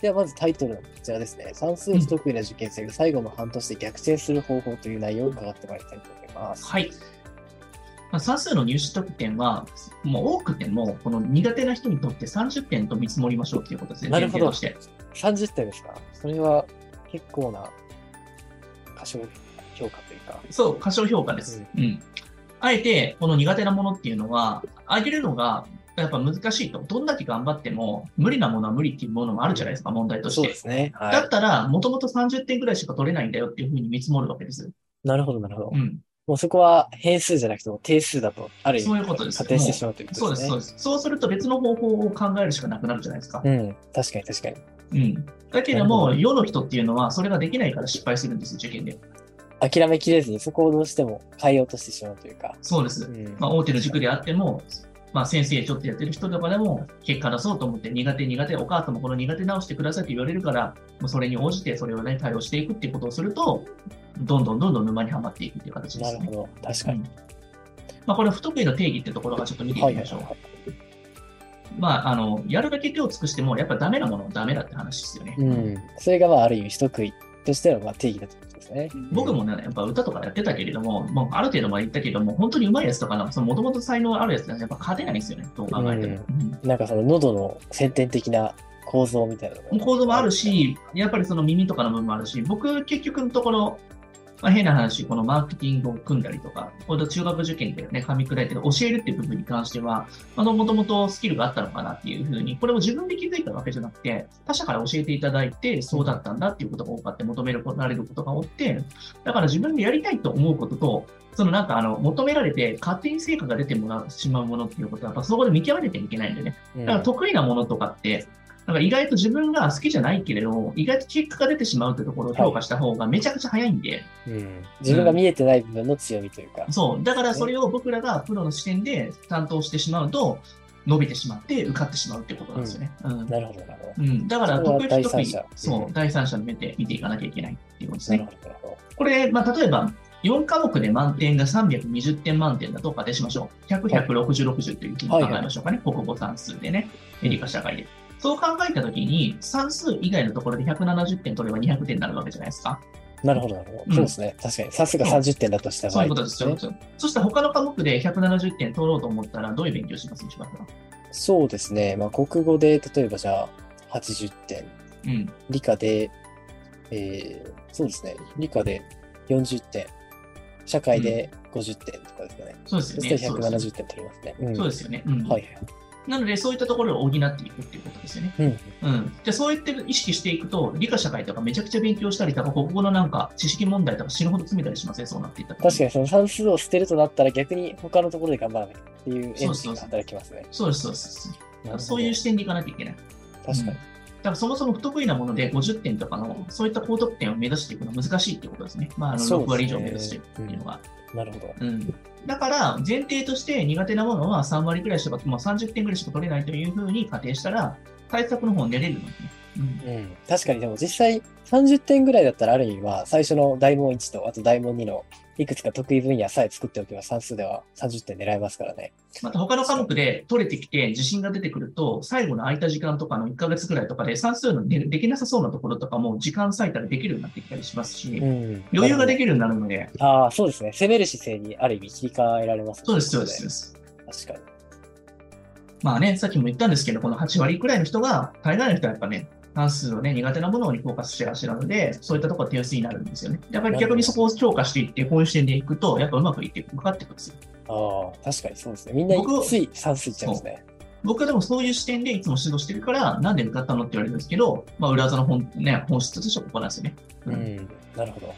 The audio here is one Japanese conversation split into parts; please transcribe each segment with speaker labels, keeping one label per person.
Speaker 1: ではまずタイトルはこちらですね。算数不得意な受験生が最後の半年で逆転する方法という内容を伺ってまいりたいと思います。
Speaker 2: はい。まあ、算数の入試得点は、もう多くても、この苦手な人にとって30点と見積もりましょうということですね、
Speaker 1: なるほど
Speaker 2: 前提として。
Speaker 1: 30点ですかそれは結構な過小評価というか。
Speaker 2: そう、過小評価です。うん。あえて、この苦手なものっていうのは、あげるのが、やっぱ難しいと。どんだけ頑張っても、無理なものは無理っていうものもあるじゃないですか、問題として。
Speaker 1: そうですね。は
Speaker 2: だっ
Speaker 1: い。
Speaker 2: たら、もともと30点ぐらいしか取れないんだよっていうふうに見積もるわけです。
Speaker 1: なるほど、なるほど
Speaker 2: う。ん。
Speaker 1: もうそこは変数じゃなくても定数だと、ある意味
Speaker 2: そういうことです
Speaker 1: 仮定してしまうというこ
Speaker 2: そ
Speaker 1: と
Speaker 2: うで
Speaker 1: です
Speaker 2: す、
Speaker 1: ね。
Speaker 2: そうです。そうすると別の方法を考えるしかなくなるじゃないですか。
Speaker 1: うん、確かに確かに。
Speaker 2: うん。だけど
Speaker 1: なるほど
Speaker 2: も、世の人っていうのは、それができないから失敗するんです、受験で。
Speaker 1: 諦めきれずにそこをどうしても変えようとしてしまうというか。
Speaker 2: そうで
Speaker 1: う
Speaker 2: す。
Speaker 1: ん
Speaker 2: まあ、大手の塾であっても、まあ、先生ちょっとやってる人とかでも、結果出そうと思って、苦手苦手、お母さんもこの苦手直してくださいって言われるから、もうそれに応じて、それをね、対応していくっていうことをすると、どんどんどんどん沼にはまっていくっていう形で
Speaker 1: な
Speaker 2: す
Speaker 1: る
Speaker 2: ね
Speaker 1: ほ。ど、確かに。
Speaker 2: うんまあ、これ、不得意の定義ってところがちょっと見てい
Speaker 1: は
Speaker 2: き
Speaker 1: いは
Speaker 2: ま
Speaker 1: い
Speaker 2: しょう。
Speaker 1: は
Speaker 2: まあ、あの、やるだけ手を尽くしても、やっぱダメなものはダメだって話ですよね。
Speaker 1: い。うん。それがまあある意味不得意としてはまあ定義だということですね。
Speaker 2: 僕もね、やっぱ歌とかやってたけれども、もうある程度まで行ったけれども、本当に上手いやつとかな、もともと才能あるやつはやっぱ勝てないんですよね、どう考えても。うん
Speaker 1: なんかその喉の先天的な構造みたいなのが
Speaker 2: 構造もある、し、やっぱりその耳とかの部分もあるし、僕、結局のところ、まあ、変な話、このマーケティングを組んだりとか、この中学受験でね、噛み砕いて教えるっていう部分に関しては、あの、もともとスキルがあったのかなっていうふうに、これも自分で気づいたわけじゃなくて、他者から教えていただいて、そうだったんだっていうことが多かって求められることが多くて、だから自分でやりたいと思うことと、そのなんかあの、求められて勝手に成果が出てもらうしまうものっていうことは、やっぱそこで見極めてはいけないんだよね。
Speaker 1: うん
Speaker 2: だから得意なものとかって、なんか意外と自分が好きじゃないけれど、意外と結果が出てしまうってところを評価した方がめちゃくちゃ早いんで、
Speaker 1: うん自分が見えてない部分の強みというか、
Speaker 2: そう、だからそれを僕らがプロの視点で担当してしまうと、伸びてしまって受かってしまうってことなんですよね。うん
Speaker 1: なるほど、なるほ
Speaker 2: うん、だから
Speaker 1: それは
Speaker 2: 得意不得
Speaker 1: 第三
Speaker 2: 意
Speaker 1: 者、
Speaker 2: そうう、
Speaker 1: ん
Speaker 2: 第三者の目で見ていかなきゃいけないっていうことです
Speaker 1: ど、なる
Speaker 2: ね
Speaker 1: ほ。ど、なるほ
Speaker 2: これ、まあ、例えば、4科目で満点が320点満点だと仮定しましょう。100、160、60というふうに考えましょうかね。国語算数でね。
Speaker 1: うん
Speaker 2: 理科社会で。そう考えたときに、算数以外のところで170点取れば200点になるわけじゃないですか。
Speaker 1: ど。なるほど、なるほ
Speaker 2: う
Speaker 1: ど。
Speaker 2: ん
Speaker 1: そうですね。確かに。さすが30点だとした場
Speaker 2: そう
Speaker 1: 合
Speaker 2: いうことですよ。
Speaker 1: ね。
Speaker 2: そして他の科目で170点取ろうと思ったら、どういう勉強します西村さん
Speaker 1: そうですね。まあ、国語で、例えばじゃあ、80点。
Speaker 2: うん。
Speaker 1: 理科で、えー、そうですね。理科で40点。社会で50点とかですかね。
Speaker 2: そうです
Speaker 1: そ
Speaker 2: よ
Speaker 1: して
Speaker 2: ね。
Speaker 1: 170点取りますね。うん
Speaker 2: そうですよね。うん。
Speaker 1: はい
Speaker 2: なので、そういったところを補っていくっていうことですよね。
Speaker 1: はい。うん。
Speaker 2: うん、でそうやって意識していくと、理科社会とかめちゃくちゃ勉強したりとか、国語のなんか知識問題とか死ぬほど詰めたりしません、そうなっていったら
Speaker 1: 確かにその算数を捨てるとなったら逆に他のところで頑張らなきゃっていうエンジ
Speaker 2: そ
Speaker 1: ン
Speaker 2: うそう
Speaker 1: が
Speaker 2: そう
Speaker 1: 働きますね。
Speaker 2: そうです、そうです。
Speaker 1: なるほど
Speaker 2: そういう視点でいかなきゃいけない。
Speaker 1: 確かに。
Speaker 2: だからそもそも不得意なもので50点とかの、そういった高得点を目指していくのは難しいってことですね。まあ、あの
Speaker 1: そうです
Speaker 2: 6
Speaker 1: ね
Speaker 2: 割以上目指していくっていうのが。
Speaker 1: なるほど。
Speaker 2: うんだから、前提として苦手なものは3割くらいしか、まあ、30点くらいしか取れないというふうに仮定したら、対策の方を練れるのね。うん
Speaker 1: うん、確かにでも実際30点ぐらいだったらある意味は最初の大問1とあと大問2のいくつか得意分野さえ作っておけば算数では30点狙えますからね。
Speaker 2: また他の科目で取れてきて自信が出てくると、最後の空いた時間とかの1ヶ月ぐらいとかで算数のでできなさそうなところとかも時間割いたらできるようになってきたりしますし、
Speaker 1: うん、
Speaker 2: 余裕がで
Speaker 1: き
Speaker 2: きるようになるので、
Speaker 1: ああ、そうですね。攻める姿勢にある意味切り替えられます、
Speaker 2: そうです、そうですそうです。
Speaker 1: す。確か
Speaker 2: まあね、さっきも言ったんですけど、この8割くらいの人が、大概の人はやっぱね、算数のね、苦手なものにフォーカスしがちなので、そういったところが手薄になるんですよね。やっぱり逆にそこを強化していって、こういう視点でいくと、やっぱうまくいって、分かってくるんですよ。
Speaker 1: に。ああ、確かにそうですね。みんな
Speaker 2: 僕
Speaker 1: つい算数いっちゃいますね。
Speaker 2: 僕はでもそういう視点でいつも指導してるから、なんで受かったのって言われるんですけど、まあ裏技の本,、ね、本質としてはここなんですよね。
Speaker 1: う、
Speaker 2: うんん
Speaker 1: なるほど。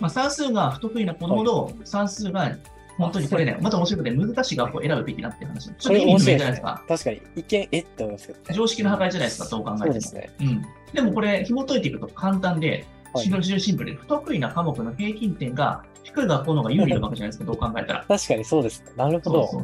Speaker 2: まあ、算数が不得意な子ほど、算数が本当に取れない。また面白くて、難しい学校を選ぶべきだっていう話。ち
Speaker 1: こ
Speaker 2: ょっと
Speaker 1: れ
Speaker 2: 意味
Speaker 1: 面
Speaker 2: 不明じ
Speaker 1: 白
Speaker 2: ゃ
Speaker 1: いです
Speaker 2: ないで
Speaker 1: ね
Speaker 2: すか。。
Speaker 1: 確かに一見、えって思いますけどね、
Speaker 2: 常識の破壊じゃないですか、どう考えて
Speaker 1: そ
Speaker 2: も。
Speaker 1: うですね。
Speaker 2: うん。でもこれ、紐解いていくと簡単で、
Speaker 1: はい
Speaker 2: 非常にシンプルで、不得意な科目の平均点が低い学校の方が有利なわけじゃないですか、どう考えたら。
Speaker 1: 確かにそうですね。なるほど。
Speaker 2: そう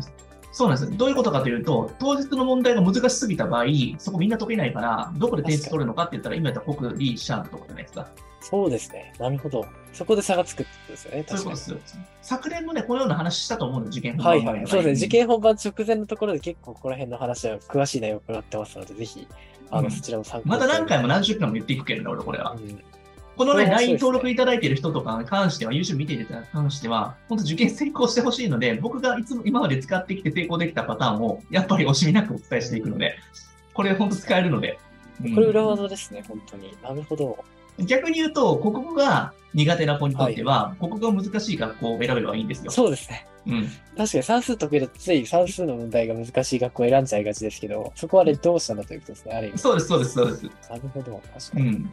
Speaker 2: そうなんです。どういうことかというと、当日の問題が難しすぎた場合、そこみんな解けないから、どこで点数取るのかって言ったら、今やったら国、理、社のところじゃないですか。
Speaker 1: そうですね。なるほど。そこで差がつくってことですよね。
Speaker 2: そういう
Speaker 1: 確
Speaker 2: こ
Speaker 1: か
Speaker 2: と
Speaker 1: に。
Speaker 2: ですよ。昨年もね、このような話したと思うの、受験
Speaker 1: はいはい。そうですね。受
Speaker 2: 験
Speaker 1: 験本番直前のところで結構ここら辺の話は詳しい内容を伺ってますので、ぜひ、あの、
Speaker 2: うん
Speaker 1: そちらも参考
Speaker 2: また何回も
Speaker 1: な、
Speaker 2: 何十回も言っていくけれど、俺、これは。
Speaker 1: うん
Speaker 2: このね、
Speaker 1: これ面白
Speaker 2: LINE
Speaker 1: いですね
Speaker 2: 登録いただいてる人とかに関しては、YouTube 見ていただいてる人に関しては、本当受験成功してほしいので、僕がいつも今まで使ってきて成功できたパターンを、やっぱり惜しみなくお伝えしていくので、これ本当使えるので。うん
Speaker 1: これ裏技ですね、本当に。なるほど。
Speaker 2: 逆に言うと、国語が苦手な子にとっては、国語が難しい学校を選べばいいんですよ。
Speaker 1: そうですね。
Speaker 2: うん。
Speaker 1: 確かに算数得意だとつい算数の問題が難しい学校を選んじゃいがちですけど、そこはね、どうしたんだということですね、ある意味。
Speaker 2: そうです、そうです、そうです。
Speaker 1: なるほど。確か
Speaker 2: う
Speaker 1: に。
Speaker 2: ん。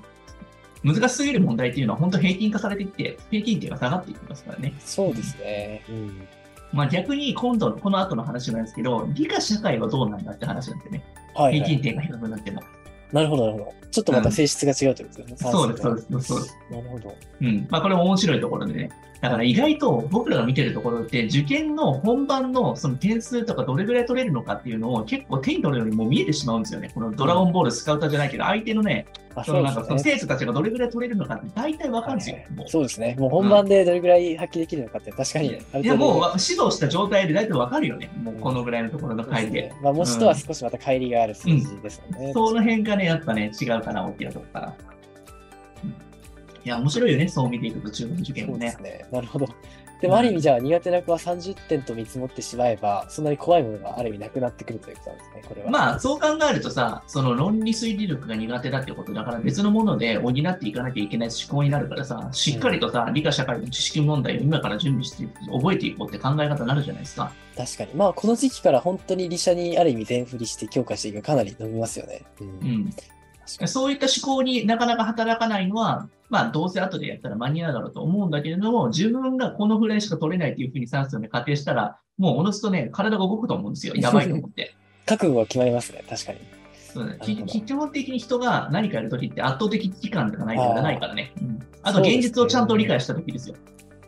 Speaker 2: 難しすぎる問題っていうのは、本当平均化されていって、平均点が下がっていきますからね。
Speaker 1: そうですね。うん。
Speaker 2: まあ逆に、今度、この後の話なんですけど、理科社会はどうなんだって話なんですよね。
Speaker 1: はい、
Speaker 2: 平
Speaker 1: は
Speaker 2: 均
Speaker 1: い。
Speaker 2: 点が低くなっても。
Speaker 1: なるほど、なるほど。ちょっとまた性質が違うということですね。
Speaker 2: そうです、そう
Speaker 1: す。
Speaker 2: です、そうです。
Speaker 1: なるほど。
Speaker 2: うん。まあこれも面白いところでね。だから意外と僕らが見てるところって、受験の本番のその点数とかどれぐらい取れるのかっていうのを結構手に取るよりも見えてしまうんですよね。このドラゴンボールスカウターじゃないけど、相手のね、
Speaker 1: あ、
Speaker 2: そ
Speaker 1: そ
Speaker 2: の
Speaker 1: う
Speaker 2: なんかそ
Speaker 1: で
Speaker 2: の
Speaker 1: すね。
Speaker 2: 生徒たちがどれぐらい取れるのかって大体わかるんですよ。もう
Speaker 1: そうですね。もう本番でどれぐらい発揮できるのかって確かにある程度。
Speaker 2: いや、もうわ指導した状態で大体わかるよね。もうこのぐらいのところの回
Speaker 1: で
Speaker 2: で。
Speaker 1: すねまあ、模試とは少しまた乖離がある数字ですよね。
Speaker 2: その辺がね、やっぱね、違うかな、大きなとこから。うんいや、面白いよね、そう見ていくと、中学受験
Speaker 1: そ
Speaker 2: も
Speaker 1: うで
Speaker 2: ね
Speaker 1: す。ね。なるほど。でも、ある意味、じゃあ、苦手な子は30点と見積もってしまえば、そんなに怖いものがある意味なくなってくるということなんですね、これは。
Speaker 2: まあ、そう考えるとさ、その論理推理力が苦手だってことだから、別のもので補っていかなきゃいけない思考になるからさ、しっかりとさ、理科社会の知識問題を今から準備して、覚えていこうって考え方になるじゃないですか。
Speaker 1: 確かに。まあ、この時期から本当に理社にある意味全振りして強化していくかなり伸びますよね。うん
Speaker 2: うん
Speaker 1: 確かに
Speaker 2: そういった思考になかなか働かないのは、まあ、どうせ後でやったら間に合うだろうと思うんだけれども、自分がこのぐらいしか取れないというふうに算数をね仮定したら、もうおのずとね、体が動くと思う んですよ。やばいと思って。
Speaker 1: 覚悟が決まりますね、確かに。
Speaker 2: そうね
Speaker 1: な
Speaker 2: き
Speaker 1: るほど
Speaker 2: 基本的に人が何かやるときって圧倒的危機感がないとやらないからね。うんあと、
Speaker 1: そうですね
Speaker 2: 現実をちゃんと理解したときですよ。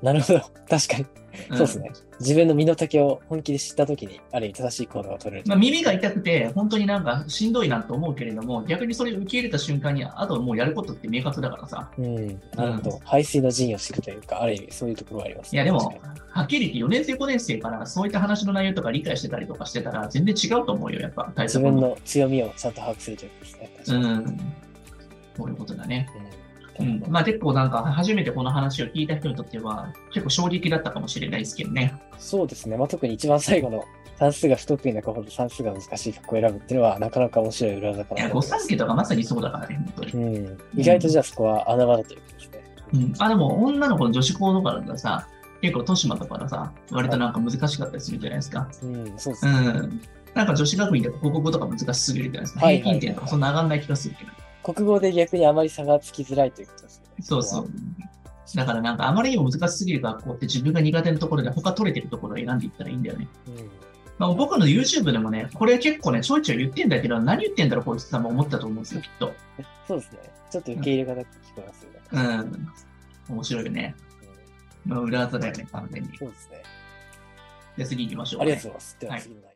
Speaker 1: なるほど。 確かに。
Speaker 2: ん
Speaker 1: そうですね。自分の身の丈を本気で知ったときに、ある意味正しい行動が取れる。
Speaker 2: まあ、耳が痛くて、本当になんかしんどいなと思うけれども、逆にそれを受け入れた瞬間に、あともうやることって明確だからさ。
Speaker 1: うん。なるほど。排水の陣を知るというか、ある意味そういうところがあります
Speaker 2: い
Speaker 1: ね、
Speaker 2: やでも
Speaker 1: 確かに、
Speaker 2: はっきり言って4年生、5年生からそういった話の内容とか理解してたりとかしてたら、全然違うと思うよ、やっぱ、対
Speaker 1: 自
Speaker 2: 策
Speaker 1: 分
Speaker 2: も。
Speaker 1: の強みをちゃんと把握するということですね。確
Speaker 2: う
Speaker 1: かに
Speaker 2: ん。こういうことだね。う
Speaker 1: うん
Speaker 2: ん。まあ結構なんか、初めてこの話を聞いた人にとっては、結構衝撃だったかもしれないですけどね。
Speaker 1: そうですね、まあ、特に一番最後の算数が不得意な子ほど算数が難しい学校を選ぶっていうのはなかなか面白い裏技か
Speaker 2: いや、
Speaker 1: なと
Speaker 2: 御
Speaker 1: 思いま
Speaker 2: 三
Speaker 1: す。
Speaker 2: 家とかまさにそうだからね、本当に。
Speaker 1: うん、意外とじゃあそこは穴場だということですね。
Speaker 2: うん。あ、でも、女の子の女子校とかだとさ、結構豊島とかださ、割となんか難しかったりするじゃないですか。
Speaker 1: うん、そうです
Speaker 2: う
Speaker 1: ね。
Speaker 2: ん。なんか女子学院で国語とか難しすぎるじゃないですか。
Speaker 1: はい
Speaker 2: 平
Speaker 1: はいはい
Speaker 2: 均点とかそんな上がんない気がするけど。
Speaker 1: 国語で逆にあまり差がつきづらいということですよね。
Speaker 2: そうそう
Speaker 1: ここ。
Speaker 2: だからなんかあまりにも難しすぎる学校って自分が苦手なところで他取れてるところを選んでいったらいいんだよね。
Speaker 1: は。うん
Speaker 2: まあ、僕の YouTube でもね、これ結構ね、ちょいちょい言ってんだけど、何言ってんだろう、こいつさんも思ったと思うんですよ、きっと。
Speaker 1: そうですね。ちょっと受け入れ方が聞こえますよね。
Speaker 2: うん。面白いよね。
Speaker 1: うん
Speaker 2: まあ、裏技だよね、完全に。
Speaker 1: そうですね。
Speaker 2: じゃあ次行きましょう、
Speaker 1: ありがとうございます。では
Speaker 2: はい
Speaker 1: 次の内容